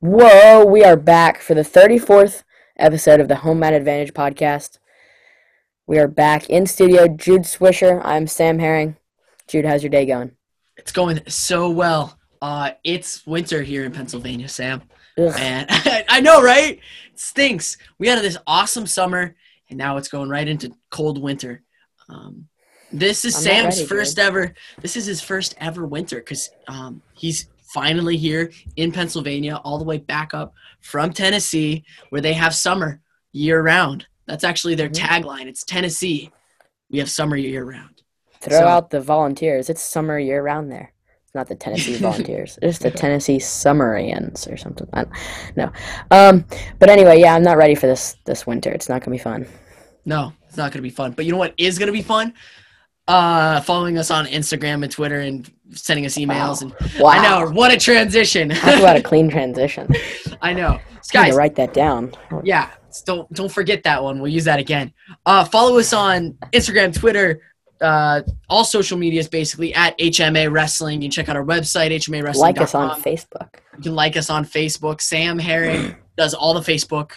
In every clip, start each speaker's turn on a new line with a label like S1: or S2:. S1: Whoa, we are back for the 34th episode of the Home Mat Advantage podcast. We are back in studio. Jude Swisher, I'm Sam Herring. Jude, how's your day going?
S2: It's going so well. Uh, it's winter here in Pennsylvania, Sam.
S1: Ugh.
S2: And I know, right? It stinks. We had this awesome summer, and now it's going right into cold winter. Um, this is
S1: I'm not
S2: Sam's
S1: ready, dude.
S2: first ever. This is his first ever winter because um, he's finally here in Pennsylvania, all the way back up from Tennessee, where they have summer year round. That's actually their
S1: Mhm.
S2: tagline. It's Tennessee. We have summer year round.
S1: Throw
S2: So-
S1: out the volunteers. It's summer year round there. It's not the Tennessee volunteers. It's the Tennessee Summerians or something. I don't, no. Um, but anyway, yeah, I'm not ready for this this winter. It's not going to be fun.
S2: No, it's not going to be fun. But you know what is going to be fun? Uh, following us on Instagram and Twitter and sending us emails. And
S1: Wow.
S2: I know what a transition.
S1: Talk about a clean transition.
S2: I know,
S1: I need
S2: guys.
S1: to write that down.
S2: Yeah, s- don't don't forget that one. We'll use that again. Uh, follow us on Instagram, Twitter, uh, all social medias basically at HMA Wrestling. You can check out our website HMA Wrestling.
S1: Like us on Facebook.
S2: You can like us on Facebook. Sam Herring does all the Facebook.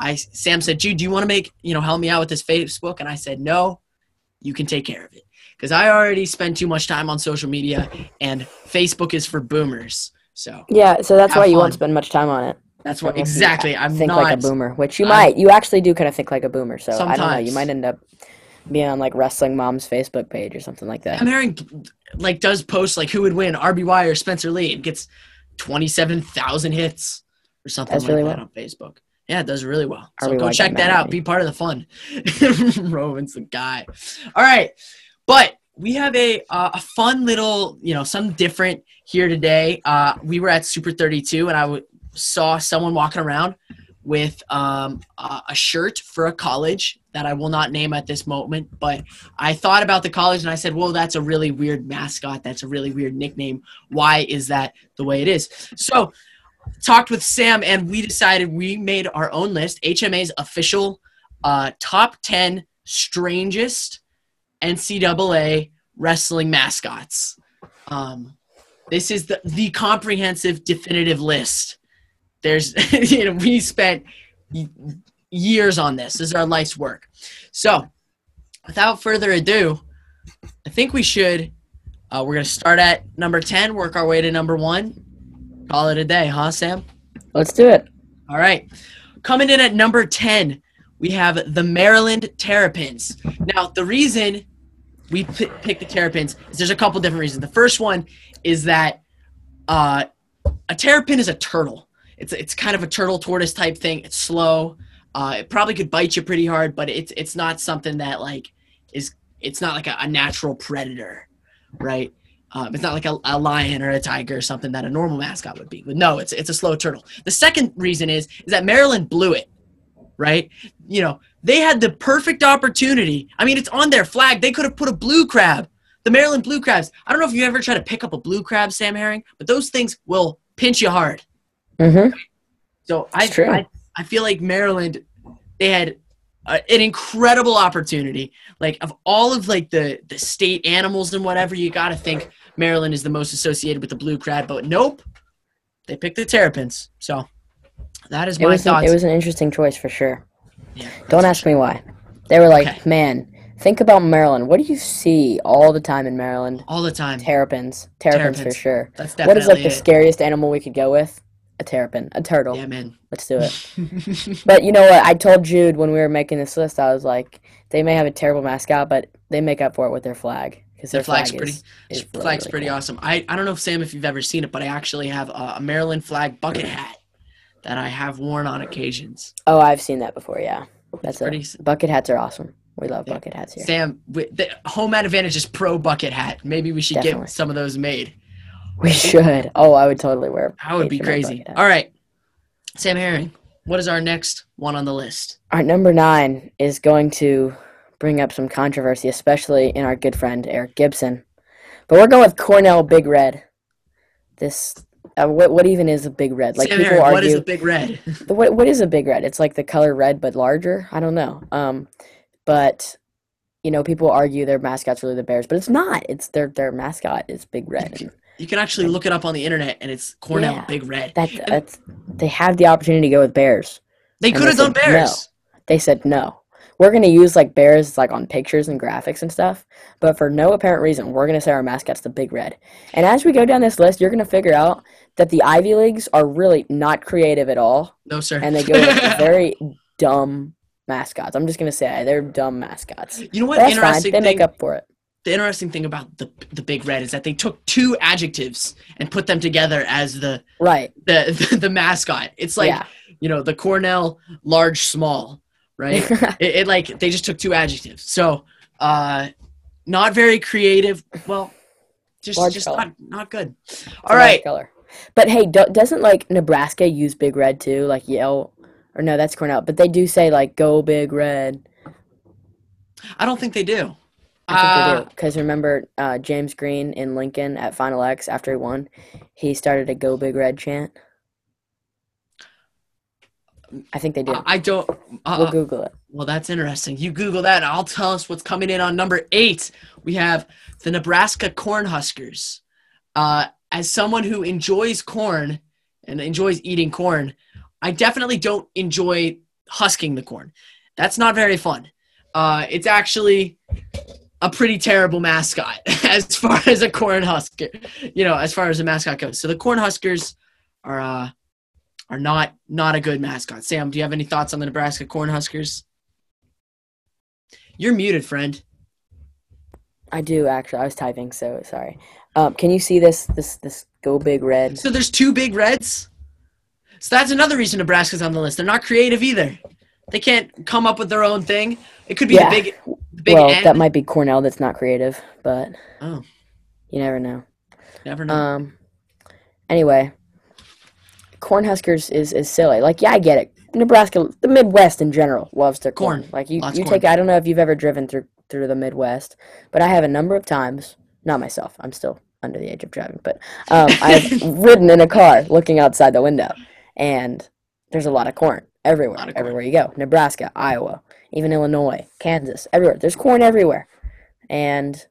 S2: I Sam said, "Jude, do you want to make you know help me out with this Facebook?" And I said, "No, you can take care of it because I already spend too much time on social media, and Facebook is for boomers." So
S1: Yeah, so that's
S2: Have
S1: why you won't
S2: fun.
S1: spend much time on it.
S2: that's what
S1: Unless you
S2: exactly I'm
S1: think
S2: not.
S1: like a boomer, which you
S2: I'm-
S1: might. You actually do kind of think like a boomer. So I don't know. You
S2: Sometimes.
S1: might end up being on like wrestling mom's Facebook page or something like that.
S2: Sam Herring like does post like who would win RBY or Spencer Lee and gets twenty seven thousand hits or something
S1: Does
S2: like
S1: really
S2: that
S1: well.
S2: on Facebook. Yeah, it does really well. So
S1: RBY
S2: go
S1: got
S2: check
S1: mad
S2: that
S1: at
S2: out.
S1: me.
S2: Be part of the fun. Roman's the guy. All right, but we have a uh, a fun little you know something different here today. Uh, we were at Super Thirty Two and I w- saw someone walking around with um, a a shirt for a college that I will not name at this moment, but I thought about the college and I said, "Well, that's a really weird mascot. That's a really weird nickname. Why is that the way it is?" So, talked with Sam and we decided we made our own list, HMA's official uh, top ten strangest NCAA wrestling mascots. Um, this is the the comprehensive, definitive list. There's, you know, we spent y- years on this. This is our life's work. So without further ado, I think we should. Uh, we're gonna start at number ten, work our way to number one, call it a day, huh, Sam?
S1: Let's do it.
S2: All right. Coming in at number 10, we have the Maryland Terrapins. Now, the reason we p- picked the Terrapins is there's a couple different reasons. The first one is that uh, a terrapin is a turtle. It's, it's kind of a turtle tortoise type thing. It's slow. Uh, it probably could bite you pretty hard, but it's it's not something that like is it's not like a, a natural predator, right? Um, it's not like a, a lion or a tiger or something that a normal mascot would be. But no, it's it's a slow turtle. The second reason is is that Maryland blew it, right? You know, they had the perfect opportunity. I mean, it's on their flag. They could have put a blue crab. The Maryland blue crabs. I don't know if you ever try to pick up a blue crab, Sam Herring, but those things will pinch you hard.
S1: hmm
S2: So I,
S1: It's true.
S2: I I feel like Maryland, they had a, an incredible opportunity. Like of all of like the the state animals and whatever, you got to think Maryland is the most associated with the blue crab. But nope, they picked the terrapins. So that is
S1: It
S2: my
S1: was an,
S2: thoughts.
S1: it was an interesting choice for sure.
S2: Yeah.
S1: Don't ask me why. They were like,
S2: Okay.
S1: man, think about Maryland. What do you see all the time in Maryland?
S2: all the time.
S1: Terrapins. Terrapins, for
S2: Terrapins.
S1: sure.
S2: That's
S1: What
S2: definitely
S1: is like the
S2: it.
S1: scariest animal we could go with? A terrapin. A turtle.
S2: yeah, man.
S1: Let's do it. But you know what? I told Jude when we were making this list, I was like, they may have a terrible mascot, but they make up for it with their flag because
S2: Their
S1: their,
S2: flag's
S1: flag
S2: pretty-
S1: is,
S2: This
S1: is really,
S2: flag's
S1: really
S2: pretty
S1: cool.
S2: awesome. I, I don't know if Sam if you've ever seen it, but I actually have a, a Maryland flag bucket hat that I have worn on occasions.
S1: Oh, I've seen that before. Yeah, that's
S2: Pretty
S1: it.
S2: s-
S1: Bucket hats are awesome. We love
S2: Yeah.
S1: bucket hats here.
S2: Sam, wi- the home at advantage is pro bucket hat. Maybe we should
S1: Definitely.
S2: get some of those made.
S1: We should. Oh, I would totally wear.
S2: That would be
S1: HMA
S2: crazy.
S1: bucket hat.
S2: All right, Sam Herring, what is our next one on the list?
S1: Our number nine is going to bring up some controversy, especially in our good friend Eric Gibson. But we're going with Cornell Big Red. This. Uh, what, what even is a big red? Like
S2: Sam
S1: people
S2: Herring,
S1: argue.
S2: what is a big red?
S1: The- What what is a big red? It's like the color red but larger. I don't know. Um, but you know, people argue their mascot's really the Bears, but it's not. It's their their mascot is Big Red. And
S2: You can actually look it up on the internet, and it's Cornell
S1: Yeah.
S2: Big Red.
S1: That that's, they have the opportunity to go with bears.
S2: They
S1: and
S2: could have
S1: they
S2: done
S1: said no.
S2: bears.
S1: They said no. We're gonna use like bears like on pictures and graphics and stuff, but for no apparent reason, we're gonna say our mascot's the big red. And as we go down this list, you're gonna figure out that the Ivy Leagues are really not creative at all.
S2: No, sir.
S1: and they go with very dumb mascots. I'm just gonna say they're dumb mascots.
S2: you know what?
S1: That's fine. They
S2: interesting thing.
S1: make up for it.
S2: the interesting thing about the the Big Red is that they took two adjectives and put them together as the
S1: Right.
S2: the the, mascot. It's like
S1: yeah.
S2: you know the Cornell large small, right? it, it like they just took two adjectives. So uh, not very creative. Well, just
S1: Large
S2: just
S1: color.
S2: not not good.
S1: It's a
S2: All
S1: nice
S2: right.
S1: Color. But hey, do, doesn't like Nebraska use Big Red too? Like Yale, or no, that's Cornell. But they do say like Go Big Red.
S2: I don't think they do.
S1: I think
S2: Uh,
S1: they do because remember uh, James Green in Lincoln at Final X after he won, he started a Go Big Red chant. I think they do.
S2: I- I don't. Uh,
S1: we'll Google it.
S2: Well, that's interesting. You Google that, and I'll tell us what's coming in on number eight. We have the Nebraska Cornhuskers. Uh, as someone who enjoys corn and enjoys eating corn, I definitely don't enjoy husking the corn. That's not very fun. Uh, it's actually a pretty terrible mascot as far as a corn husker, you know, as far as a mascot goes. So the Cornhuskers are uh, are not not a good mascot. Sam, do you have any thoughts on the Nebraska Cornhuskers? You're muted, friend.
S1: I do actually. I was typing, so sorry. Um, can you see this? This this go big red.
S2: So there's two big reds. So that's another reason Nebraska's on the list. They're not creative either. They can't come up with their own thing. It could be
S1: Yeah.
S2: the big, the big
S1: well,
S2: N.
S1: that might be Cornell. That's not creative, but
S2: oh,
S1: you never know.
S2: never know.
S1: Um. Anyway, Cornhuskers is is silly. Like, yeah, I get it. Nebraska, the Midwest in general, loves their corn.
S2: Corn.
S1: Like you,
S2: Lots of
S1: you
S2: corn.
S1: take. I don't know if you've ever driven through through the Midwest, but I have a number of times. Not myself. I'm still under the age of driving, but um, I've ridden in a car looking outside the window, and there's a lot of corn everywhere.
S2: Lot of corn.
S1: everywhere you go, Nebraska, Iowa, even Illinois, Kansas, everywhere. There's corn everywhere, and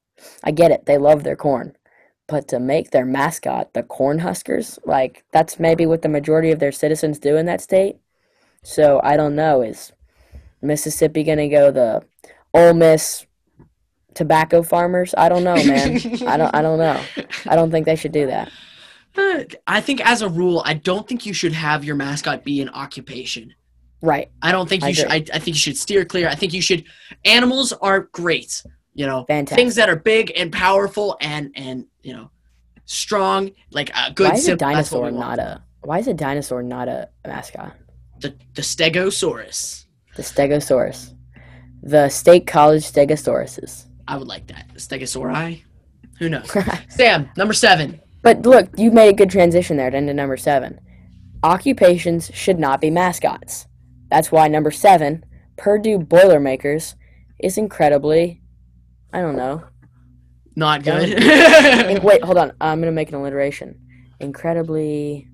S1: I get it. They love their corn. But to make their mascot the Cornhuskers, like that's maybe what the majority of their citizens do in that state. So I don't know. Is Mississippi gonna go the Ole Miss tobacco farmers? I don't know, oh, man. I don't. I don't know. I don't think they should do that.
S2: Uh, I think as a rule, I don't think you should have your mascot be an occupation.
S1: Right.
S2: I don't think
S1: I
S2: you should. I, I think you should steer clear. I think you should. Animals are great. You know,
S1: Fantastic.
S2: things that are big and powerful and and you know, strong like a good.
S1: why is a
S2: simple- that's what
S1: dinosaur
S2: we want.
S1: not a? Why is a dinosaur not a mascot?
S2: the the Stegosaurus.
S1: The Stegosaurus, the State College Stegosauruses.
S2: I would like that. The Stegosauri. Who knows? Sam, number seven.
S1: But look, you made a good transition there to into number seven. Occupations should not be mascots. That's why number seven, Purdue Boilermakers, is incredibly, I don't know.
S2: Not good.
S1: In- wait, hold on. I'm gonna make an alliteration. Incredibly,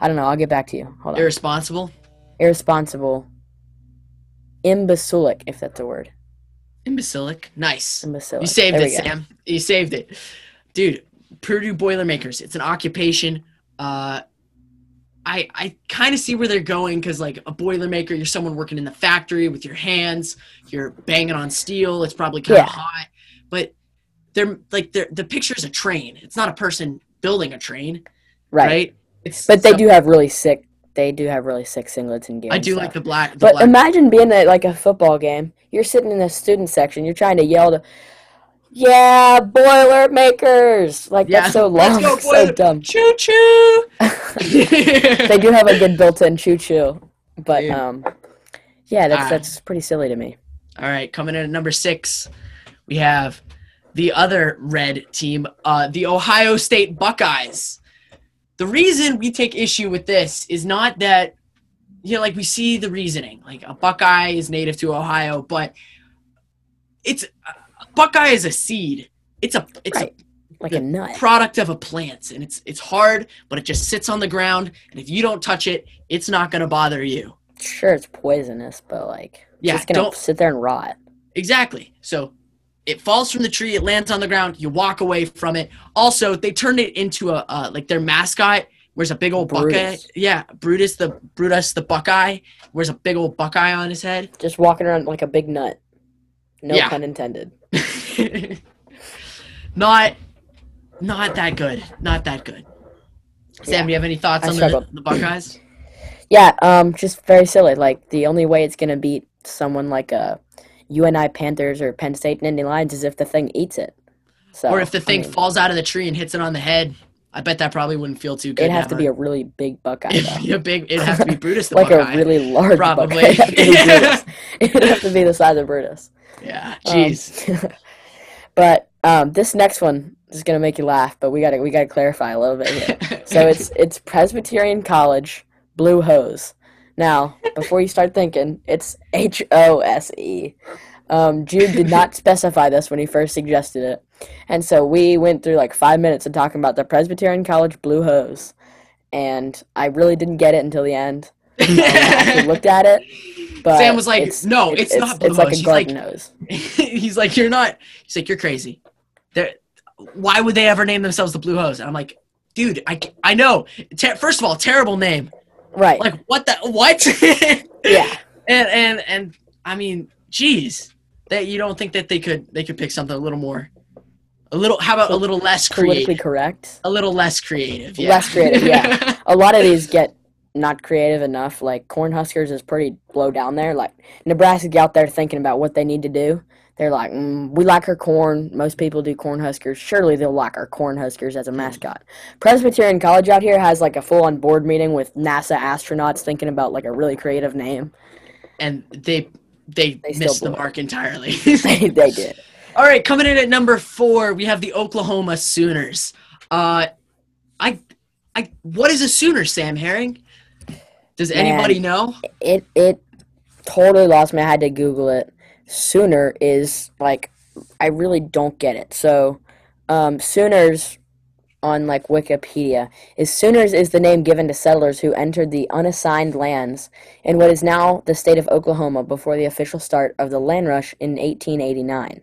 S1: I don't know. I'll get back to you. Hold on.
S2: Irresponsible.
S1: Irresponsible. Imbecilic, if that's a word.
S2: Imbecilic. Nice.
S1: Imbecilic.
S2: You saved
S1: There
S2: it,
S1: we go.
S2: Sam. You saved it. Dude, Purdue Boilermakers. It's an occupation. Uh I, I kind of see where they're going because like a boilermaker, you're someone working in the factory with your hands, you're banging on steel. It's probably kind of
S1: Yeah.
S2: hot, but they're like they're, the picture is a train. It's not a person building a train.
S1: Right.
S2: It's,
S1: But they
S2: so-
S1: do have really sick. They do have really sick singlets and gear.
S2: I
S1: and
S2: do
S1: stuff.
S2: like the black. The
S1: But
S2: black
S1: imagine being at like a football game. You're sitting in the student section. You're trying to yell to, yeah, Boilermakers. Like
S2: Yeah.
S1: that's so
S2: Let's
S1: long,
S2: go,
S1: so
S2: Boiler-
S1: dumb.
S2: choo choo.
S1: They do have a good built-in choo-choo, but
S2: Yeah.
S1: um, yeah, that's
S2: Ah.
S1: that's pretty silly to me.
S2: All right, coming in at number six, we have the other red team, uh, the Ohio State Buckeyes. The reason we take issue with this is not that, you know, like we see the reasoning, like a Buckeye is native to Ohio, but it's a Buckeye is a seed. It's a it's a
S1: Right. Like a nut.
S2: product of a plant and it's it's hard but it just sits on the ground and if you don't touch it it's not going to bother you
S1: Sure, it's poisonous, but like,
S2: Yeah,
S1: it's just gonna
S2: don't-
S1: sit there and rot.
S2: exactly so it falls from the tree, it lands on the ground, you walk away from it. Also, they turned it into a uh, like their mascot wears a big old
S1: Brutus.
S2: buckeye. Yeah, Brutus the Brutus the Buckeye wears a big old buckeye on his head.
S1: Just walking around like a big nut. No
S2: Yeah.
S1: pun intended.
S2: not not that good. Not that good. Sam,
S1: Yeah.
S2: do you have any thoughts
S1: I
S2: on the,
S1: struggled.
S2: the Buckeyes?
S1: Yeah, um, just very silly. Like the only way it's gonna beat someone like uh, a UNI Panthers or Penn State and Indian Lions is if the thing eats it. So
S2: or if the
S1: I
S2: thing
S1: mean,
S2: falls out of the tree and hits it on the head, I bet that probably wouldn't feel too good.
S1: it'd have to
S2: now.
S1: be a really big Buckeye,
S2: It'd
S1: though.
S2: be a big. It'd have to be Brutus the
S1: like
S2: Buckeye.
S1: a really large
S2: probably.
S1: Buckeye. It'd have to be Brutus. It'd have to be the size of Brutus.
S2: yeah.
S1: Um,
S2: Jeez.
S1: but um, this next one is gonna make you laugh, but we gotta we gotta clarify a little bit here. So it's it's Presbyterian College Blue Hose. Now, before you start thinking, it's H O S E. Um, Jude did not specify this when he first suggested it, and so we went through like five minutes of talking about the Presbyterian College Blue Hose, and I really didn't get it until the end. Um, I actually looked at it, but
S2: Sam was like,
S1: it's,
S2: "No,
S1: it-
S2: it's, not blue
S1: It's like
S2: hose."
S1: a
S2: He's
S1: garden
S2: like,
S1: hose.
S2: he's like, "You're not." He's like, "You're crazy." They're, why would they ever name themselves the Blue Hose? And I'm like, "Dude, I, ca- I know. Ter- first of all, terrible name.
S1: Right?
S2: Like, what the what?"
S1: yeah.
S2: And and and I mean, geez, that you don't think that they could they could pick something a little more, a little. How about a little less
S1: Politically
S2: creative?
S1: correct.
S2: A little less creative. Yeah.
S1: Less creative, yeah. a lot of these get not creative enough. Like Cornhuskers is pretty low down there. Like Nebraska's out there thinking about what they need to do. They're like, mm, we like our corn. Most people do Cornhuskers. Surely they'll like our Cornhuskers as a mascot. Presbyterian College out here has like a full-on board meeting with NASA astronauts thinking about like a really creative name.
S2: and they they,
S1: They still
S2: missed the
S1: blew it.
S2: mark entirely.
S1: they, they did.
S2: All right, coming in at number four, we have the Oklahoma Sooners. Uh, I, I, what is a Sooner, Sam Herring? Does
S1: Man.
S2: anybody know?
S1: It it totally lost me. I had to Google it. Sooner is like I really don't get it. So um, Sooners on like Wikipedia is Sooners is the name given to settlers who entered the unassigned lands in what is now the state of Oklahoma before the official start of the land rush in 1889.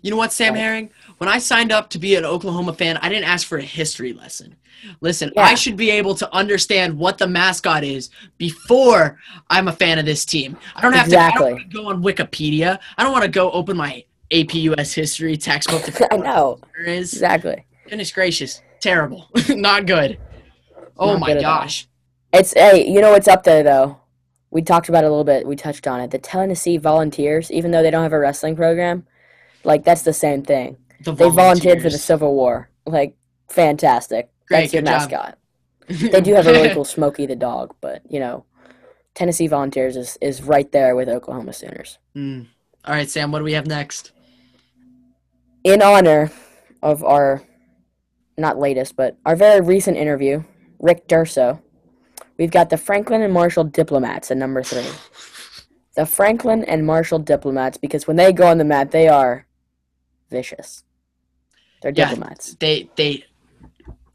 S2: You know what, Sam
S1: Right.
S2: Herring? When I signed up to be an Oklahoma fan, I didn't ask for a history lesson. Listen,
S1: Yeah.
S2: I should be able to understand what the mascot is before I'm a fan of this team. I don't have to. I
S1: Exactly.
S2: don't want to go on Wikipedia. I don't want to go open my AP US history textbook to
S1: I know
S2: there is.
S1: exactly.
S2: Goodness gracious. Terrible. Not good. Oh
S1: Not
S2: my
S1: good at all.
S2: gosh.
S1: It's hey, you know what's up there though. We talked about it a little bit. We touched on it. The Tennessee Volunteers, even though they don't have a wrestling program, like that's the same thing.
S2: The
S1: They volunteered for the
S2: volunteers.
S1: Civil War. Like fantastic.
S2: Great,
S1: that's your
S2: good job.
S1: mascot. They do have a really cool Smokey the dog, but you know, Tennessee Volunteers is is right there with Oklahoma Sooners.
S2: Hmm. All right, Sam, what do we have next?
S1: In honor of our not latest, but our very recent interview, Rick Durso, we've got the Franklin and Marshall diplomats at number three. The Franklin and Marshall diplomats, because when they go on the mat, they are vicious. They're
S2: Yeah.
S1: diplomats.
S2: They they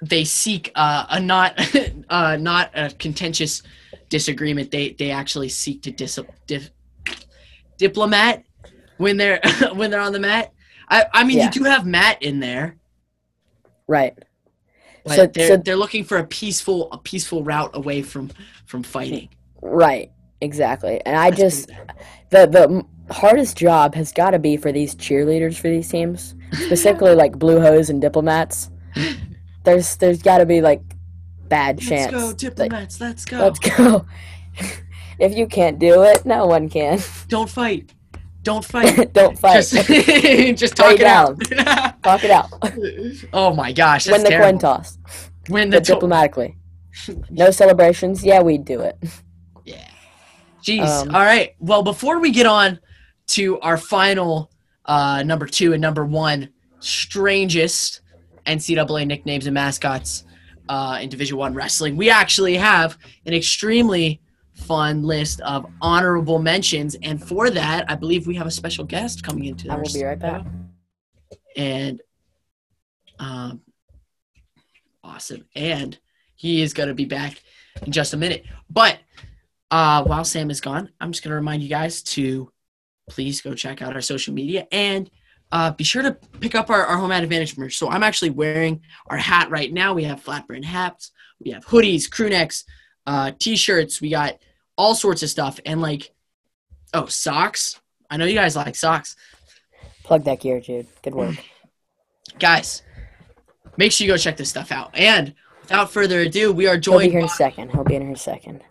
S2: they seek uh, a not uh, not a contentious disagreement. They they actually seek to dis- dif- diplomat when they're when they're on the mat. I, I mean,
S1: Yeah.
S2: you do have Matt in there,
S1: Right.
S2: but
S1: So-
S2: they're
S1: so-
S2: they're looking for a peaceful a peaceful route away from from fighting.
S1: Right. Exactly. And I
S2: That's pretty
S1: just
S2: bad.
S1: the the m- hardest job has got to be for these cheerleaders for these teams, specifically like blue hose and diplomats. There's there's got to be like bad chance.
S2: Let's go,
S1: that-
S2: diplomats. let's go.
S1: let's go. if you can't do it, no one can.
S2: Don't fight. Don't fight.
S1: Don't fight.
S2: Just, just talk it out.
S1: Talk it out.
S2: oh my gosh, that's
S1: Win the
S2: terrible.
S1: coin toss,
S2: Win the
S1: but
S2: to-
S1: diplomatically. No celebrations. Yeah, we do it.
S2: Yeah. Jeez.
S1: Um,
S2: All right. Well, before we get on to our final uh, number two and number one strangest NCAA nicknames and mascots uh, in Division One wrestling, we actually have an extremely fun list of honorable mentions, and for that, I believe we have a special guest coming into.
S1: I
S2: our
S1: will be right back.
S2: and um, awesome. And he is going to be back in just a minute. But uh, while Sam is gone, I'm just going to remind you guys to please go check out our social media and uh, be sure to pick up our, our home ad advantage merch. So I'm actually wearing our hat right now. We have flat brim hats, we have hoodies, crew necks, uh, t-shirts. We got all sorts of stuff, and like, oh, socks. I know you guys like socks,
S1: Plug that gear, Jude. Good work.
S2: guys. Make sure you go check this stuff out. And without further ado, we are
S1: He'll be
S2: joined.
S1: here in
S2: By,
S1: a second. He'll be in here in a second.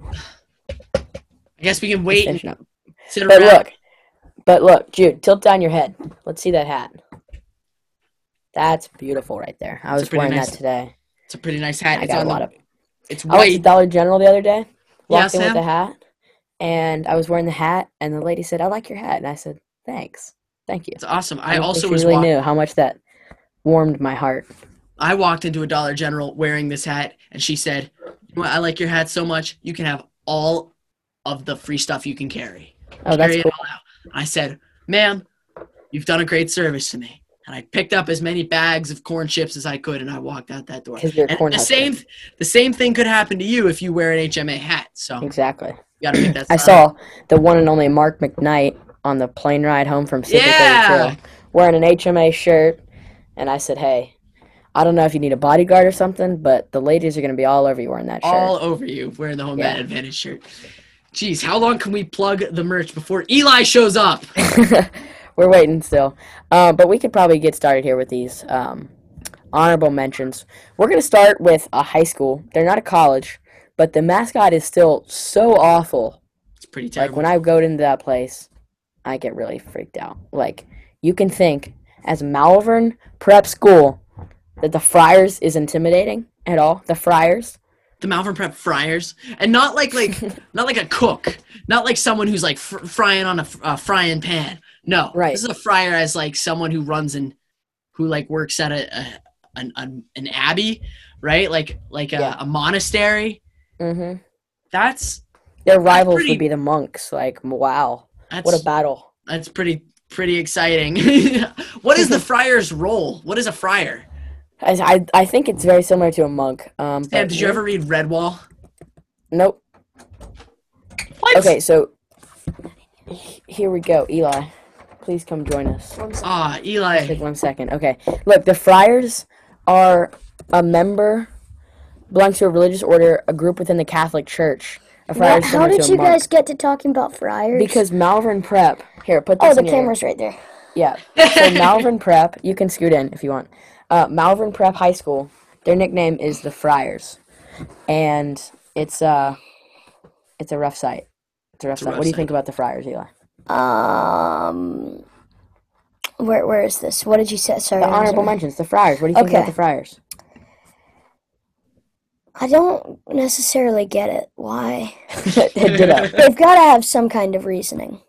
S2: I guess we can wait and
S1: Finishing up.
S2: sit
S1: But
S2: around.
S1: look, but look, Jude, tilt down your head. Let's see that hat. That's beautiful right there. I
S2: It's a
S1: was
S2: pretty
S1: wearing
S2: nice-
S1: that today.
S2: it's a pretty nice
S1: and
S2: hat.
S1: I
S2: It's
S1: got
S2: on
S1: a lot
S2: the,
S1: of.
S2: It's
S1: I went to
S2: white.
S1: Dollar General the other day.
S2: Yeah,
S1: Walked in
S2: Sam?
S1: with a hat, and I was wearing the hat, and the lady said, "I like your hat," and I said, "Thanks, thank you."
S2: It's awesome. I
S1: don't think
S2: also
S1: she
S2: was
S1: really
S2: wa-
S1: knew how much that warmed my heart.
S2: I walked into a Dollar General wearing this hat, and she said, "You know what? "I like your hat so much, you can have all of the free stuff you can carry.
S1: Oh, that's
S2: carry
S1: cool.
S2: it all out." I said, "Ma'am, you've done a great service to me." And I picked up as many bags of corn chips as I could, and I walked out that door.
S1: Because you're a
S2: And
S1: corn
S2: the
S1: husker.
S2: same, the same thing could happen to you if you wear an HMA hat. So you
S1: Exactly.
S2: gotta make that.
S1: I
S2: sign.
S1: saw the one and only Mark McKnight on the plane ride home from Super
S2: Yeah!
S1: 32 wearing an HMA shirt. And I said, hey, I don't know if you need a bodyguard or something, but the ladies are going to be all over you wearing that shirt.
S2: all over you wearing the home
S1: Yeah.
S2: Ad advantage shirt. Jeez, how long can we plug the merch before Eli shows up?
S1: We're waiting still. Uh, but we could probably get started here with these um, honorable mentions. We're going to start with a high school. They're not a college, but the mascot is still so awful
S2: It's pretty
S1: Like
S2: terrible.
S1: when I go into that place, I get really freaked out. Like you can think as Malvern Prep School that the Friars is intimidating at all. The Friars,
S2: the Malvern Prep fryers, and not like like not like a cook, not like someone who's like fr- frying on a fr- uh, frying pan. No,
S1: Right.
S2: This is a fryer as like someone who runs and who like works at a, a an, an an abbey, right? Like like a,
S1: Yeah.
S2: a monastery.
S1: mm-hmm.
S2: That's
S1: their rivals
S2: pretty-
S1: would be the monks. Like m- wow,
S2: that's
S1: what a battle!
S2: that's pretty pretty exciting. what is the fryer's role? What is a fryer?
S1: I, I, I think it's very similar to a monk. Um,
S2: Sam,
S1: but-
S2: did you ever read Redwall?
S1: Nope.
S2: What?
S1: Okay, so h- here we go, Eli. Please come join us.
S2: Ah, Eli.
S1: Take one second. Okay. Look, the friars are a member belongs to a religious order, a group within the Catholic Church. A friar
S3: Wha-
S1: is
S3: how
S1: similar
S3: did
S1: to a
S3: you
S1: monk.
S3: guys get to talking about friars?
S1: Because Malvern Prep. Here, put this
S3: oh, the
S1: in your ear.
S3: camera's right there.
S1: Yeah. So Malvern Prep, you can scoot in if you want. Uh, Malvern Prep High School. Their nickname is the Friars, and it's uh, it's a rough site. It's a rough
S2: a
S1: site.
S2: rough
S1: what do you
S2: site.
S1: think about the Friars, Eli?
S3: Um, where where is this? What did you say? Sorry,
S1: The
S3: I was
S1: honorable
S3: on-
S1: mentions. The Friars. What do you think about
S3: Okay.
S1: the Friars?
S3: I don't necessarily get it. Why?
S1: Ditto.
S3: They've got to have some kind of reasoning.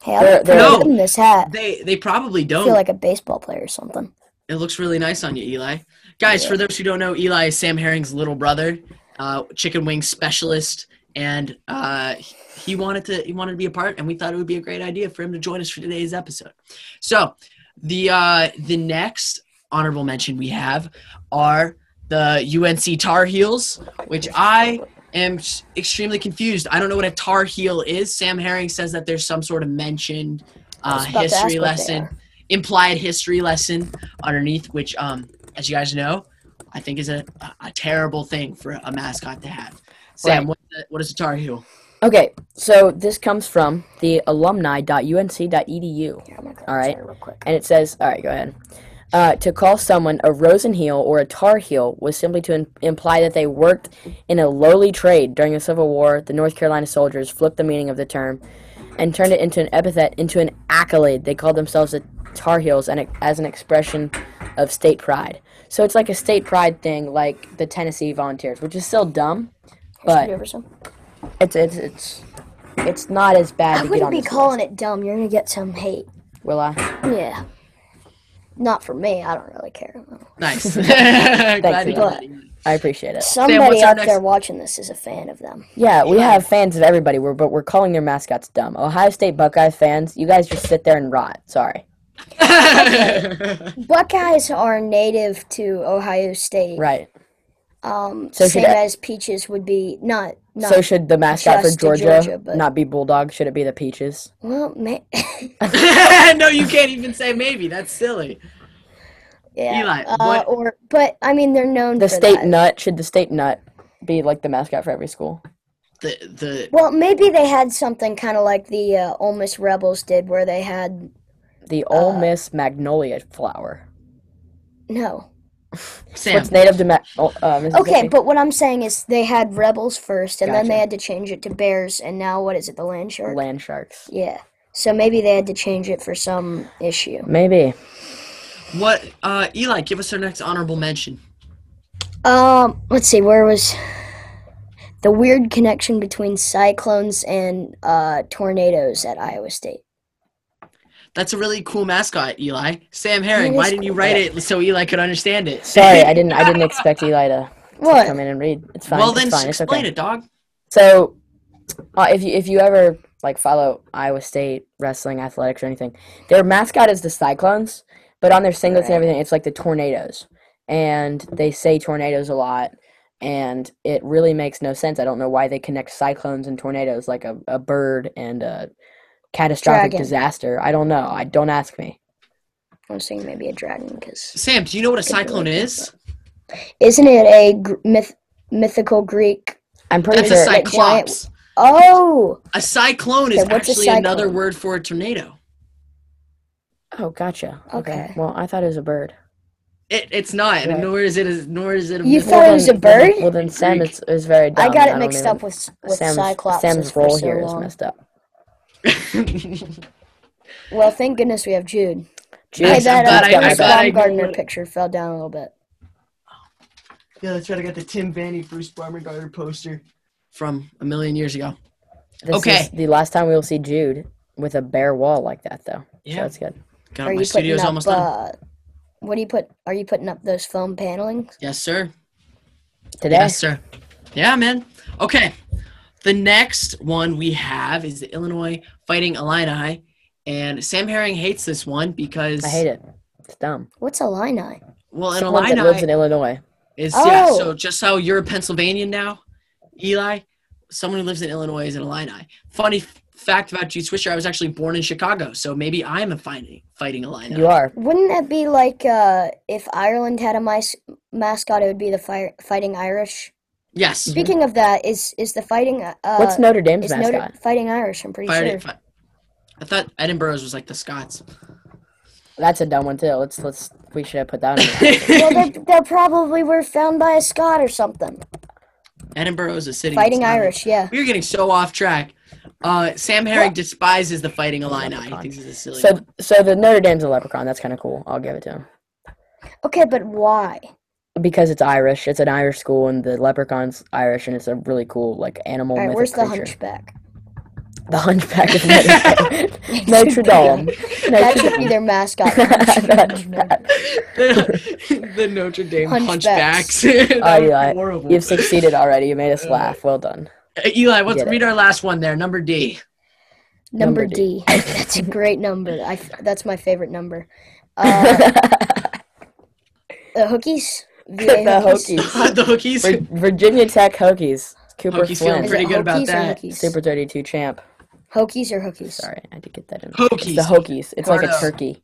S3: Hey, I
S1: They're-
S3: like
S1: they're-
S3: putting in this hat.
S2: they they probably
S3: I
S2: don't.
S3: feel like a baseball player or something.
S2: it looks really nice on you, Eli. Guys, for those who don't know, Eli is Sam Herring's little brother, uh, chicken wing specialist, and uh, he wanted to he wanted to be a part, and we thought it would be a great idea for him to join us for today's episode. So, the uh, the next honorable mention we have are the UNC Tar Heels, which I am s- extremely confused. I don't know what a Tar Heel is. Sam Herring says that there's some sort of mentioned
S3: I
S2: uh,
S3: was about to ask
S2: history
S3: what they
S2: lesson
S3: are.
S2: implied history lesson underneath, which, um, as you guys know, I think is a, a, a terrible thing for a mascot to have. Sam,
S1: Right.
S2: what, what is a Tar Heel?
S1: Okay, so this comes from the alumni.unc.edu,
S3: Here, I'm gonna go
S1: All right.
S3: outside real quick.
S1: and it says, all right, go ahead. Uh, to call someone a Rosen Heel or a Tar Heel was simply to im- imply that they worked in a lowly trade during the Civil War. The North Carolina soldiers flipped the meaning of the term and turned it into an epithet, into an accolade. They called themselves the Tar Heels and it- as an expression of state pride. So it's like a state pride thing, like the Tennessee Volunteers, which is still dumb,
S3: Should we
S1: but
S3: do it for some-
S1: it's it's it's it's not as bad. to get
S3: I
S1: on
S3: wouldn't be
S1: this
S3: calling
S1: list.
S3: it dumb. You're gonna get some hate.
S1: Will I?
S3: Yeah. Not for me. I don't really care.
S2: Nice. Glad
S1: Eli.
S2: you got it.
S1: I appreciate it.
S3: Somebody
S2: what's our
S3: out
S2: next-
S3: there watching this is a fan of them.
S1: Yeah, we have fans of everybody, we're, but we're calling their mascots dumb. Ohio State Buckeye fans, you guys just sit there and rot. Sorry.
S3: Buckeyes are native to Ohio State.
S1: Right.
S3: Um,
S1: So should
S3: same
S1: I-
S3: as peaches would be not not.
S1: So should the mascot for
S3: just the
S1: Georgia,
S3: Georgia, but-
S1: not be Bulldog? Should it be the Peaches?
S3: well, ma-
S2: no, you can't even say maybe. That's silly.
S3: yeah.
S2: Eli,
S3: uh,
S2: what-
S3: Or but I mean they're known
S1: The
S3: for
S1: state
S3: that.
S1: nut should the state nut be like the mascot for every school?
S2: The the
S3: Well, maybe they had something kind of like the uh, Ole Miss Rebels did, where they had
S1: The Ole
S3: Uh,
S1: Miss magnolia flower.
S3: no.
S2: Sam.
S1: It's native to Ma- oh, uh, Mississippi.
S3: Okay, but what I'm saying is they had Rebels first, and then they
S1: Gotcha.
S3: had to change it to Bears, and now what is it, the Land Shark?
S1: land sharks.
S3: Yeah. So maybe they had to change it for some issue.
S1: Maybe
S2: What? Uh, Eli, give us our next honorable mention.
S3: Um, let's see, where was the weird connection between cyclones and uh, tornadoes at Iowa State?
S2: That's a really cool mascot, Eli. Sam Herring.
S3: It
S2: Why
S3: is
S2: didn't you
S3: cool,
S2: write
S3: yeah.
S2: it so Eli could understand it?
S1: sorry, I didn't. I didn't expect Eli to, to
S3: What?
S1: come in and read. It's fine.
S2: well,
S1: it's
S2: then
S1: fine. It's
S2: explain
S1: okay.
S2: it, dog.
S1: So, uh, if you if you ever like follow Iowa State wrestling, athletics, or anything, their mascot is the Cyclones, but on their singlets and
S3: Right.
S1: everything, it's like the tornadoes, and they say tornadoes a lot, and it really makes no sense. I don't know why they connect cyclones and tornadoes like a, a bird and a catastrophic
S3: Dragon.
S1: disaster. I don't know. I don't ask me.
S3: I was thinking maybe a dragon, because
S2: Sam, do you know what a cyclone is?
S3: isn't it a gr- myth- mythical Greek?
S1: I'm pretty
S2: That's a
S1: sure.
S3: that giant-
S2: cyclops.
S3: Oh,
S2: A cyclone is
S3: Okay, what's a
S2: actually another
S3: cyclone?
S2: word for a tornado.
S1: Oh, gotcha.
S3: Okay.
S1: Well, I thought it was a bird.
S2: It, it's not, and
S1: Right.
S2: nor is it. A, nor is it. A
S3: You
S2: myth-
S3: thought it was a bird?
S1: Well, then Sam
S2: Greek.
S1: is, is very dumb.
S3: I got it
S1: don't
S3: mixed
S1: even-
S3: up with s- with
S1: Sam's,
S3: cyclops.
S1: Sam's
S3: for
S1: role
S3: so
S1: here is
S3: long.
S1: messed up.
S3: Well, thank goodness we have Jude.
S1: Juice,
S2: Hey,
S3: that
S2: I'm glad
S3: uh,
S2: I-
S1: got
S2: I'm
S1: me
S3: Chris
S2: glad I
S1: back.
S2: knew
S3: Baumgartner
S2: what-
S3: picture fell down a little bit.
S2: yeah, that's right. I got the Tim Vanny Bruce Baumgartner poster from a million years ago.
S1: This
S2: Okay.
S1: is the last time we will see Jude with a bare wall like that, though. So
S2: Yeah,
S1: that's good.
S2: got
S3: Are
S2: my
S3: you putting
S2: studio's
S3: up?
S2: almost done.
S3: uh, what do you put? Are you putting up those foam panelings?
S2: Yes, sir.
S1: Today,
S2: Yes, sir. Yeah, man. Okay. The next one we have is the Illinois Fighting Illini, and Sam Herring hates this one because
S1: I hate it. It's dumb.
S3: What's a line eye?
S2: well, an
S1: Someone that lives in
S2: Illini
S1: Illinois.
S2: is yeah. So
S3: Oh.
S2: just how you're a Pennsylvanian now, Eli, someone who lives in Illinois is an Illini. Funny f- fact about Jude Swisher: I was actually born in Chicago, so maybe I'm a fighting fighting Illini.
S1: You are.
S3: Wouldn't that be like uh, if Ireland had a mis- mascot? It would be the fire- fighting Irish.
S2: Yes.
S3: Speaking of that, is is the fighting? Uh,
S1: Mm-hmm. What's Notre Dame's
S3: is
S1: mascot?
S3: Notre- fighting Irish? I'm pretty
S2: Fired
S3: sure.
S2: it, fi- I thought Edinburgh's was like the Scots.
S1: That's a dumb one too. Let's let's we should have put that. in.
S3: well, they, they probably were found by a Scot or something.
S2: Edinburgh is a city.
S3: Fighting
S2: It's not a-
S3: Irish, yeah.
S2: We are getting so off track. Uh, Sam Herring despises the fighting Illini.
S1: Leprechaun.
S2: He thinks it's a silly.
S1: So so the Notre Dame's a leprechaun. That's kind of cool. I'll give it to him
S3: Okay, but why?
S1: because it's Irish. It's an Irish school, and the leprechaun's Irish, and it's a really cool like animal.
S3: All right,
S1: mythic
S3: where's the
S1: creature.
S3: hunchback?
S1: The Hunchback of Notre Dame. Notre Dame.
S3: That
S1: Notre
S3: should be
S1: Dame.
S3: their mascot.
S2: the, the Notre Dame
S3: Hunchbacks.
S2: hunchbacks. That
S1: Oh,
S2: was
S1: yeah.
S2: horrible.
S1: You've succeeded already. You made us
S2: Mm-hmm.
S1: laugh. Well done.
S2: Uh, Eli, what's
S1: Get it.
S2: read our last one there? Number D.
S3: number
S1: Number
S3: D. That's a great number. I, that's my favorite number. Uh, the Hokies? VA
S1: the
S3: Hokies?
S1: Hokies.
S2: the Hookies.
S1: Vir- Virginia Tech Hokies. Cooper
S2: Hokies
S1: Flynn.
S2: feeling
S3: Is
S2: pretty
S3: it
S2: good about
S3: Hokies or
S2: that.
S3: Hokies?
S1: Super 32 champ.
S3: Hokies or Hokies?
S1: Sorry, I had to get that in. It's
S2: Hokies.
S1: the Hokies. It's like a
S2: Righto.
S1: turkey.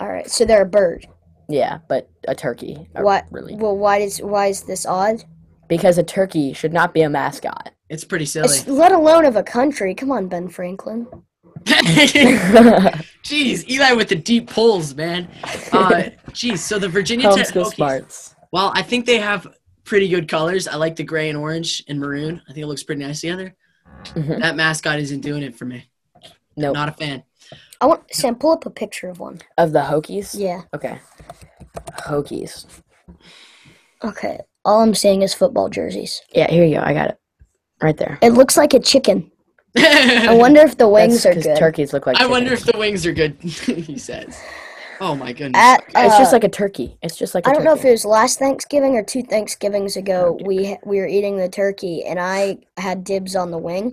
S3: All right, so they're a bird.
S1: Yeah, but a turkey. A-
S3: What?
S1: Really?
S3: Well, why is why is this odd?
S1: Because a turkey should not be a mascot.
S2: It's pretty silly.
S3: It's, let alone of a country. Come on, Ben Franklin.
S2: Jeez, Eli with the deep pulls, man. Uh, geez, so the Virginia Tech
S1: Homeschool
S2: Hokies.
S1: smarts.
S2: Well, I think they have pretty good colors. I like the gray and orange and maroon. I think it looks pretty nice together.
S1: Mhm.
S2: That mascot isn't doing it for me.
S1: Nope.
S2: Not a fan.
S3: I want Sam. Pull up a picture of one.
S1: Of the Hokies?
S3: Yeah.
S1: Okay. Hokies.
S3: Okay. All I'm saying is football jerseys.
S1: Yeah, here you go. I got it. Right there.
S3: It looks like a chicken. I
S2: I
S3: wonder if the wings
S1: That's
S3: are
S1: 'cause
S3: good.
S1: Turkeys look like.
S2: I wonder
S1: chickens.
S2: if the wings are good. he says. Oh my goodness.
S3: At, uh,
S1: it's just like a turkey. It's just like. I
S3: I don't know if it was last Thanksgiving or two Thanksgivings ago. We we were eating the turkey, and I had dibs on the wing,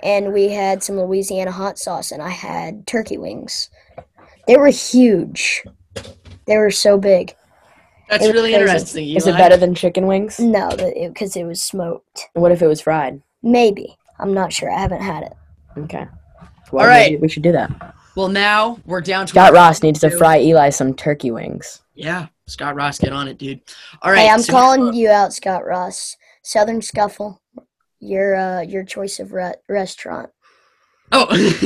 S3: and we had some Louisiana hot sauce, and I had turkey wings. They were huge. They were so big.
S2: That's
S3: It was
S2: really
S3: crazy.
S2: interesting.
S1: Is it
S2: Eli.
S1: better than chicken wings?
S3: No, because it was smoked.
S1: What if it was fried?
S3: Maybe. I'm not sure. I haven't had it.
S1: Okay.
S2: All right.
S1: maybe We should do that.
S2: Well, now we're down to
S1: Scott Ross needs to
S2: Two.
S1: fry Eli some turkey wings.
S2: Yeah, Scott Ross, get on it, dude. All right,
S3: hey, I'm
S2: so-
S3: calling you out, Scott Ross. Southern Scuffle. Your uh, your choice of re- restaurant.
S2: Oh,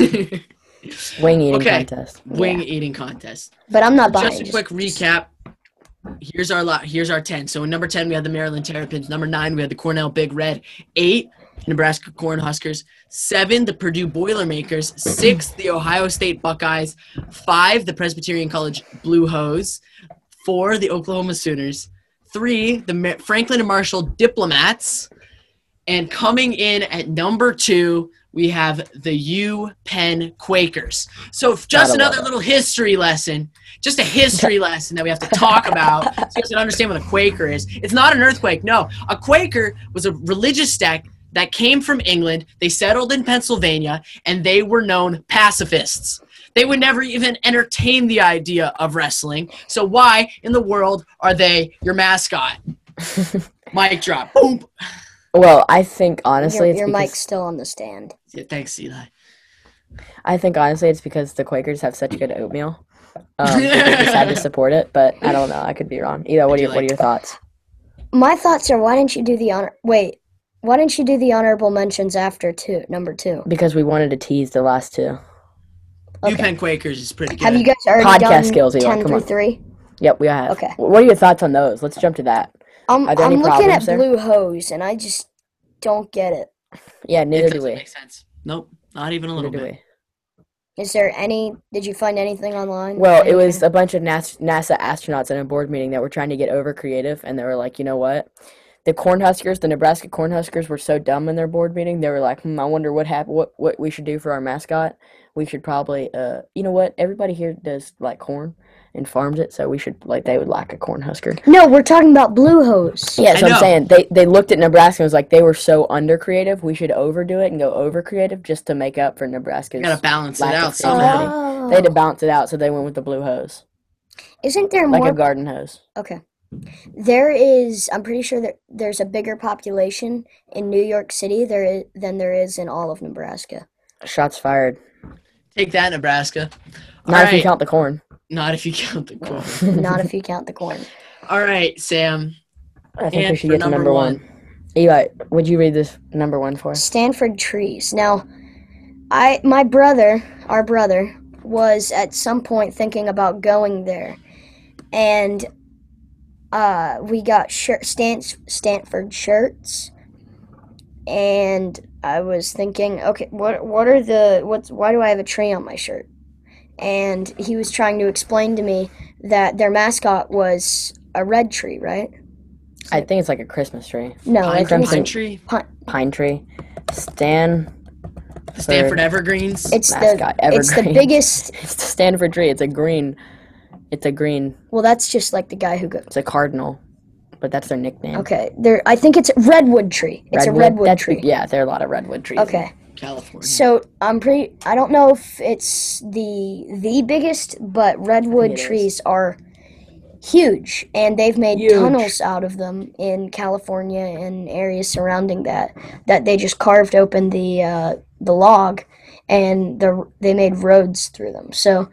S1: Wing eating
S2: Okay.
S1: contest.
S2: wing eating contest.
S3: But I'm not buying.
S2: Just a
S3: just-
S2: quick recap. Here's our lot. Here's our ten. So in number ten, we had the Maryland Terrapins. Number nine, we had the Cornell Big Red. Eight, Nebraska Cornhuskers. Seven, the Purdue Boilermakers. Six, the Ohio State Buckeyes. Five, the Presbyterian College Blue Hose. Four, the Oklahoma Sooners. Three, the Ma- Franklin and Marshall Diplomats. And coming in at number two, we have the U Penn Quakers. So if- just
S1: Gotta love
S2: another
S1: it.
S2: little history lesson, just a history lesson that we have to talk about so you guys can understand what a Quaker is. It's not an earthquake. No, a Quaker was a religious sect that came from England. They settled in Pennsylvania, and they were known pacifists. They would never even entertain the idea of wrestling. So why in the world are they your mascot? Mic drop. Boom.
S1: Well, I think honestly,
S3: your,
S1: it's
S3: your
S1: because,
S3: mic's still on the stand.
S2: Yeah, thanks, Eli.
S1: I think honestly, it's because the Quakers have such good oatmeal. Um, they decided to support it, but I don't know. I could be wrong. Eli, what are
S2: Do you
S1: your, what are
S2: like-
S1: your thoughts?
S3: My thoughts are why didn't you do the honor? Wait, why didn't you do the honorable mentions after two? Number two.
S1: Because we wanted to tease the last two.
S2: New
S3: Okay.
S2: Penn Quakers is pretty good.
S3: Have you guys already
S1: Podcast
S3: done
S1: skills, Eli,
S3: ten
S1: come
S3: through
S1: on.
S3: three?
S1: Yep, we have.
S3: Okay.
S1: What are your thoughts on those? Let's jump to that.
S3: I'm
S1: Are there
S3: I'm
S1: any
S3: looking
S1: problems there?
S3: at blue hose and I just don't get it.
S1: Yeah, neither
S2: It
S1: do
S2: doesn't
S1: we.
S2: make sense. Nope, not even a
S1: Neither
S2: little
S1: do
S2: bit.
S1: we.
S3: Is there any? Did you find anything online?
S1: Well, it was a bunch of NAS- NASA astronauts in a board meeting that were trying to get over creative, and they were like, you know what? The Cornhuskers, the Nebraska Cornhuskers, were so dumb in their board meeting. They were like, hmm, I wonder what hap- what what we should do for our mascot. We should probably, uh, you know what? Everybody here does like corn and farms it, so we should like they would like a Cornhusker.
S3: No, we're talking about blue hose.
S1: Yeah,
S2: I
S1: so I'm
S2: know.
S1: saying they they looked at Nebraska and was like, they were so under creative. We should overdo it and go over creative just to make up for Nebraska's.
S2: You gotta Oh. balance it
S1: lack of
S2: out somehow.
S1: creativity.
S3: Oh.
S1: They had to balance it out, so they went with the blue hose,
S3: Isn't there
S1: like
S3: more?
S1: a garden hose.
S3: okay. There is. I'm pretty sure that there's a bigger population in New York City there is, than there is in all of Nebraska.
S1: Shots fired.
S2: Take that, Nebraska. All
S1: Not if you
S2: right.
S1: count the corn.
S2: Not if you count the quote.
S3: Not if you count the corn.
S2: All right, Sam.
S1: I think we
S2: And
S1: should
S2: for
S1: get to
S2: number
S1: number one. Eli, would you read this number one for us?
S3: Stanford trees. Now, I my brother, our brother, was at some point thinking about going there, and uh, we got shirt Stan- Stanford shirts, and I was thinking, okay, what what are the what's why do I have a tree on my shirt? And he was trying to explain to me that their mascot was a red tree, right?
S1: I think it's like a Christmas tree,
S3: No, I
S2: Pine,
S3: think it's,
S2: pine
S1: Crimson.
S2: tree.
S1: pine tree. Stan,
S2: The Stanford Evergreens.
S3: it's the
S1: mascot,
S3: it's the
S1: evergreen.
S3: biggest.
S1: it's the Stanford tree. It's a green. It's a green.
S3: Well, that's just like the guy who goes.
S1: It's a cardinal, but that's their nickname.
S3: Okay, there. I think it's a redwood tree. It's a redwood
S1: that's-
S3: tree.
S1: Yeah, there are a lot of redwood trees.
S3: Okay,
S2: California.
S3: so I'm pretty. I don't know if it's the the biggest, but redwood
S1: It is.
S3: trees are huge, and they've made
S1: Huge.
S3: tunnels out of them in California and areas surrounding that. That they just carved open the uh, the log, and the they made roads through them. So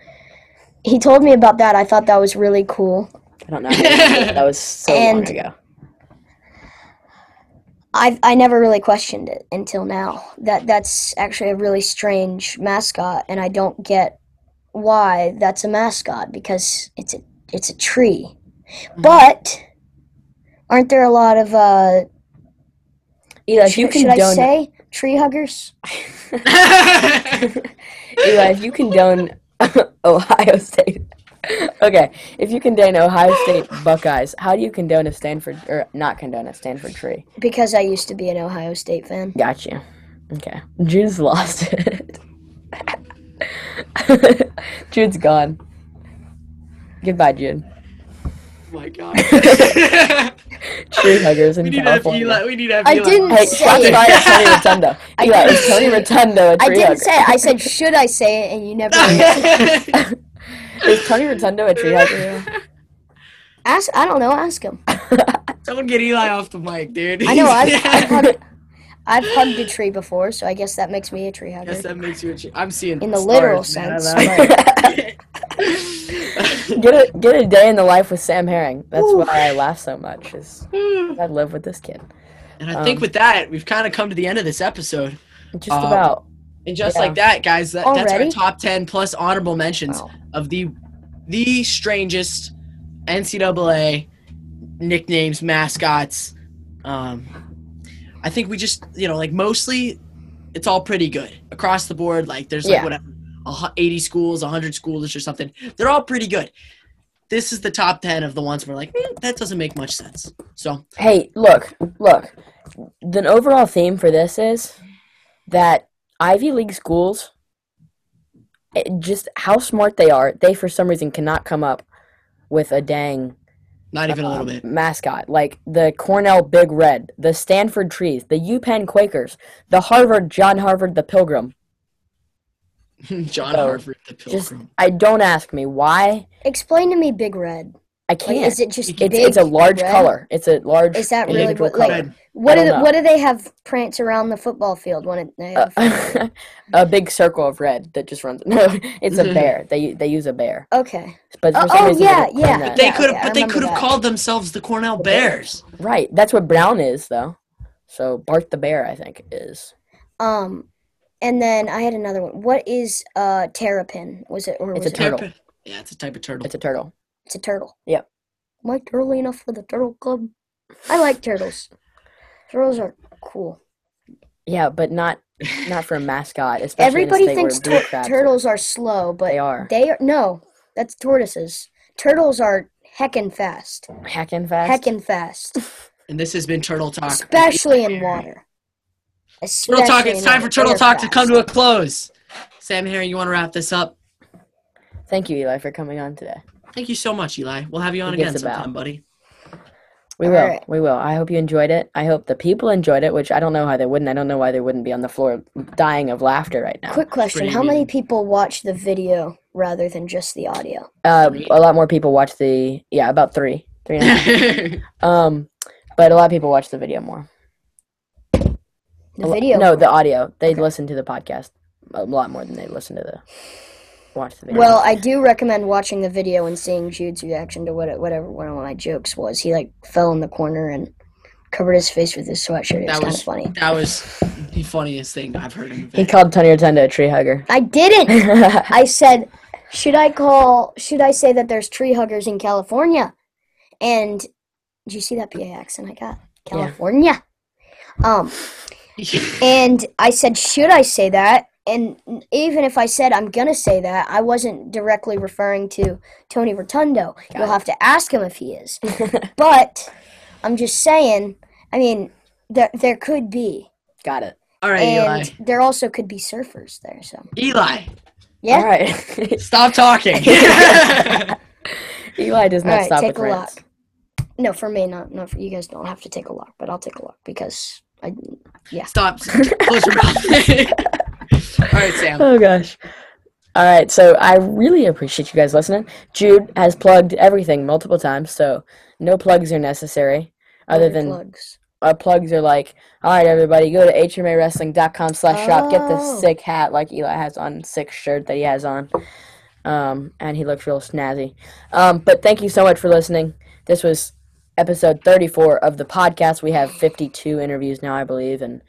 S3: he told me about that. I thought that was really cool.
S1: I don't know. how to- that was so
S3: And-
S1: long ago.
S3: I I never really questioned it until now. That that's actually a really strange mascot, and I don't get why that's a mascot because it's a it's a tree.
S1: Mm-hmm.
S3: But aren't there a lot of uh?
S1: Eli, if
S3: tr-
S1: you
S3: should I
S1: condone
S3: say tree huggers?
S2: Oh
S1: Eli, if you condone Ohio State, okay, if you condone Ohio State Buckeyes, how do you condone a Stanford or not condone a Stanford tree?
S3: Because I used to be an Ohio State fan.
S1: Got you. Okay, Jude's lost it. Jude's gone. Goodbye, Jude.
S2: oh my god. we
S1: Tree huggers in
S2: need to have
S1: California.
S2: Eli. We need to have
S3: I
S2: Eli.
S3: didn't
S1: Hey,
S3: say
S1: shots
S3: it.
S1: fired at Tony Rotundo. Eli, is Tony Rotundo a tree
S3: I didn't
S1: hugger?
S3: say it. I said should I say it, and you never.
S1: Is Tony Rotundo a tree hugger?
S3: Ask. I don't know. Ask him.
S2: Don't get Eli off the mic, dude.
S3: I know. I've, I've,
S2: I
S3: hugged, I've hugged a tree before, so I guess that makes me a tree hugger.
S2: guess that makes you. A, ch- I'm seeing
S3: In the literal
S2: stars,
S3: sense,
S2: man.
S1: get a get a day in the life with Sam Herring. That's why I laugh so much. Is I live with this kid.
S2: and I think
S1: Um,
S2: with that, we've kind of come to the end of this episode.
S1: Just
S2: Um,
S1: about.
S2: And just
S1: Yeah.
S2: like that, guys, that, that's our
S3: Already?
S2: top ten plus honorable mentions
S3: Wow.
S2: of the the strangest NCAA nicknames, mascots. Um, I think we just you know like mostly it's all pretty good across the board. Like there's like
S1: Yeah.
S2: whatever a hu- 80 schools, 100 schools or something. They're all pretty good. This is the top 10 of the ones we're like "Hmm, that doesn't make much sense. So
S1: Hey, look, look. The overall theme for this is that Ivy League schools, it, just how smart they are, they for some reason cannot come up with a dang
S2: not even a little
S1: um,
S2: bit.
S1: mascot like the Cornell Big Red, the Stanford Trees, the UPenn Quakers, the Harvard John Harvard the Pilgrim.
S2: John
S1: so,
S2: Harford, the
S1: just
S2: Pilgrim.
S1: I don't ask me why.
S3: Explain to me, Big Red.
S1: I
S3: Like,
S1: can't.
S3: is it just
S1: it's,
S3: big?
S1: it's a large
S3: red?
S1: color. It's a large.
S3: Is that really
S1: individual
S3: what? Like,
S1: color.
S2: Red.
S3: what
S1: I
S3: do
S1: don't
S3: they,
S1: know.
S3: what do they have prance around the football field when it? They have
S1: Uh, a big circle of red that just runs. No, it's a bear. They they use a bear,
S3: okay.
S1: but
S3: Mm-hmm. Oh,
S1: for some
S3: oh,
S1: reason they
S3: yeah,
S1: don't
S3: yeah.
S1: claim that.
S2: They
S3: Yeah,
S2: could have,
S3: okay, I
S2: but they
S3: remember
S2: could have
S3: that.
S2: called themselves the Cornell Bears.
S1: Right. That's what brown is though. So Bart the bear, I think, is
S3: Um, and then I had another one. What is uh terrapin? Was it or
S1: It's
S3: was
S1: a
S3: it?
S1: turtle.
S2: Type of- yeah, it's a type of turtle.
S1: it's a turtle.
S3: It's a turtle.
S1: Yep.
S3: Am I turtly enough for the turtle club? I like turtles. Turtles are cool.
S1: Yeah, but not not for a mascot. Especially
S3: Everybody
S1: in a state
S3: thinks
S1: where
S3: tur-
S1: blue crabs
S3: turtles are slow,
S1: Are. They
S3: but
S1: are
S3: they are no. That's tortoises. Turtles are heckin' fast.
S1: heckin' fast.
S3: Heckin' fast.
S2: and this has been Turtle Talk.
S3: Especially in water.
S2: Turtle Talk.
S3: Especially
S2: It's
S3: in
S2: time for
S3: water.
S2: Turtle
S3: They're
S2: Talk to come
S3: fast.
S2: to a close. Sam Herring, you want to wrap this up?
S1: Thank you, Eli, for coming on today.
S2: Thank you so much, Eli. We'll have you on
S1: He gives
S2: again
S1: a bow.
S2: sometime, buddy.
S1: We
S3: All
S1: will.
S3: right.
S1: We will. I hope you enjoyed it. I hope the people enjoyed it, which I don't know how they wouldn't. I don't know why they wouldn't be on the floor dying of laughter right now.
S3: Quick question:
S2: pretty
S3: How many
S2: amazing. people
S3: people watch the video rather than just the audio?
S1: Uh,
S2: Three?
S1: a lot more people watch the yeah, about three, three and a half. um, but a lot of people watch the video more.
S3: The
S1: A lo-
S3: video.
S1: No, the audio. They listen to the podcast a lot more than they listen to the watch the video.
S3: Well, I do recommend watching the video and seeing Jude's reaction to what whatever one of my jokes was. He like fell in the corner and covered his face with his sweatshirt. It was,
S2: That
S3: kind
S2: was-
S3: of funny.
S2: that was the funniest thing I've heard in
S1: he
S2: the video.
S1: called Tony Rotunda a tree hugger.
S3: I didn't. I said, should I call? Should I say that there's tree huggers in California? And did you see that PA accent I got? California. Um, And I said, should I say that? And even if I said I'm gonna say that, I wasn't directly referring to Tony Rotundo.
S1: Got
S3: You'll
S1: it.
S3: have to ask him if he is. but I'm just saying. I mean, there there could be,
S1: Got it.
S2: All right,
S3: and there also could be surfers there. So
S2: Eli.
S3: yeah.
S1: All right.
S2: Eli, stop talking.
S1: Eli does not
S3: All right,
S1: stop
S3: take
S1: with
S3: a
S1: rants.
S3: lock. No, for me, not not for you guys. Don't have to take a lock, but I'll take a lock because I.
S2: stop. Close your mouth. All right, Sam.
S1: Oh gosh. All right, so I really appreciate you guys listening. Jude has plugged everything multiple times, so no plugs are necessary. Other
S3: other
S1: than
S3: plugs.
S1: uh, plugs are like, all right, everybody, go to hmawrestling.com slash shop, get
S3: Oh.
S1: this sick hat like Eli has on, sick shirt that he has on, um, and he looks real snazzy. Um, but thank you so much for listening. This was episode 34 of the podcast. We have 52 interviews now, I believe, and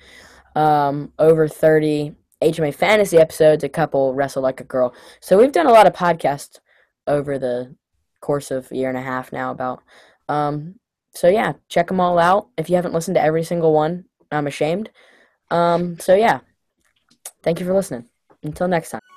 S1: um, over 30 HMA fantasy episodes, a couple Wrestle Like a Girl. So we've done a lot of podcasts over the course of a year and a half now about. Um, so yeah, check them all out. If you haven't listened to every single one, I'm ashamed. Um, so yeah, thank you for listening. Until next time.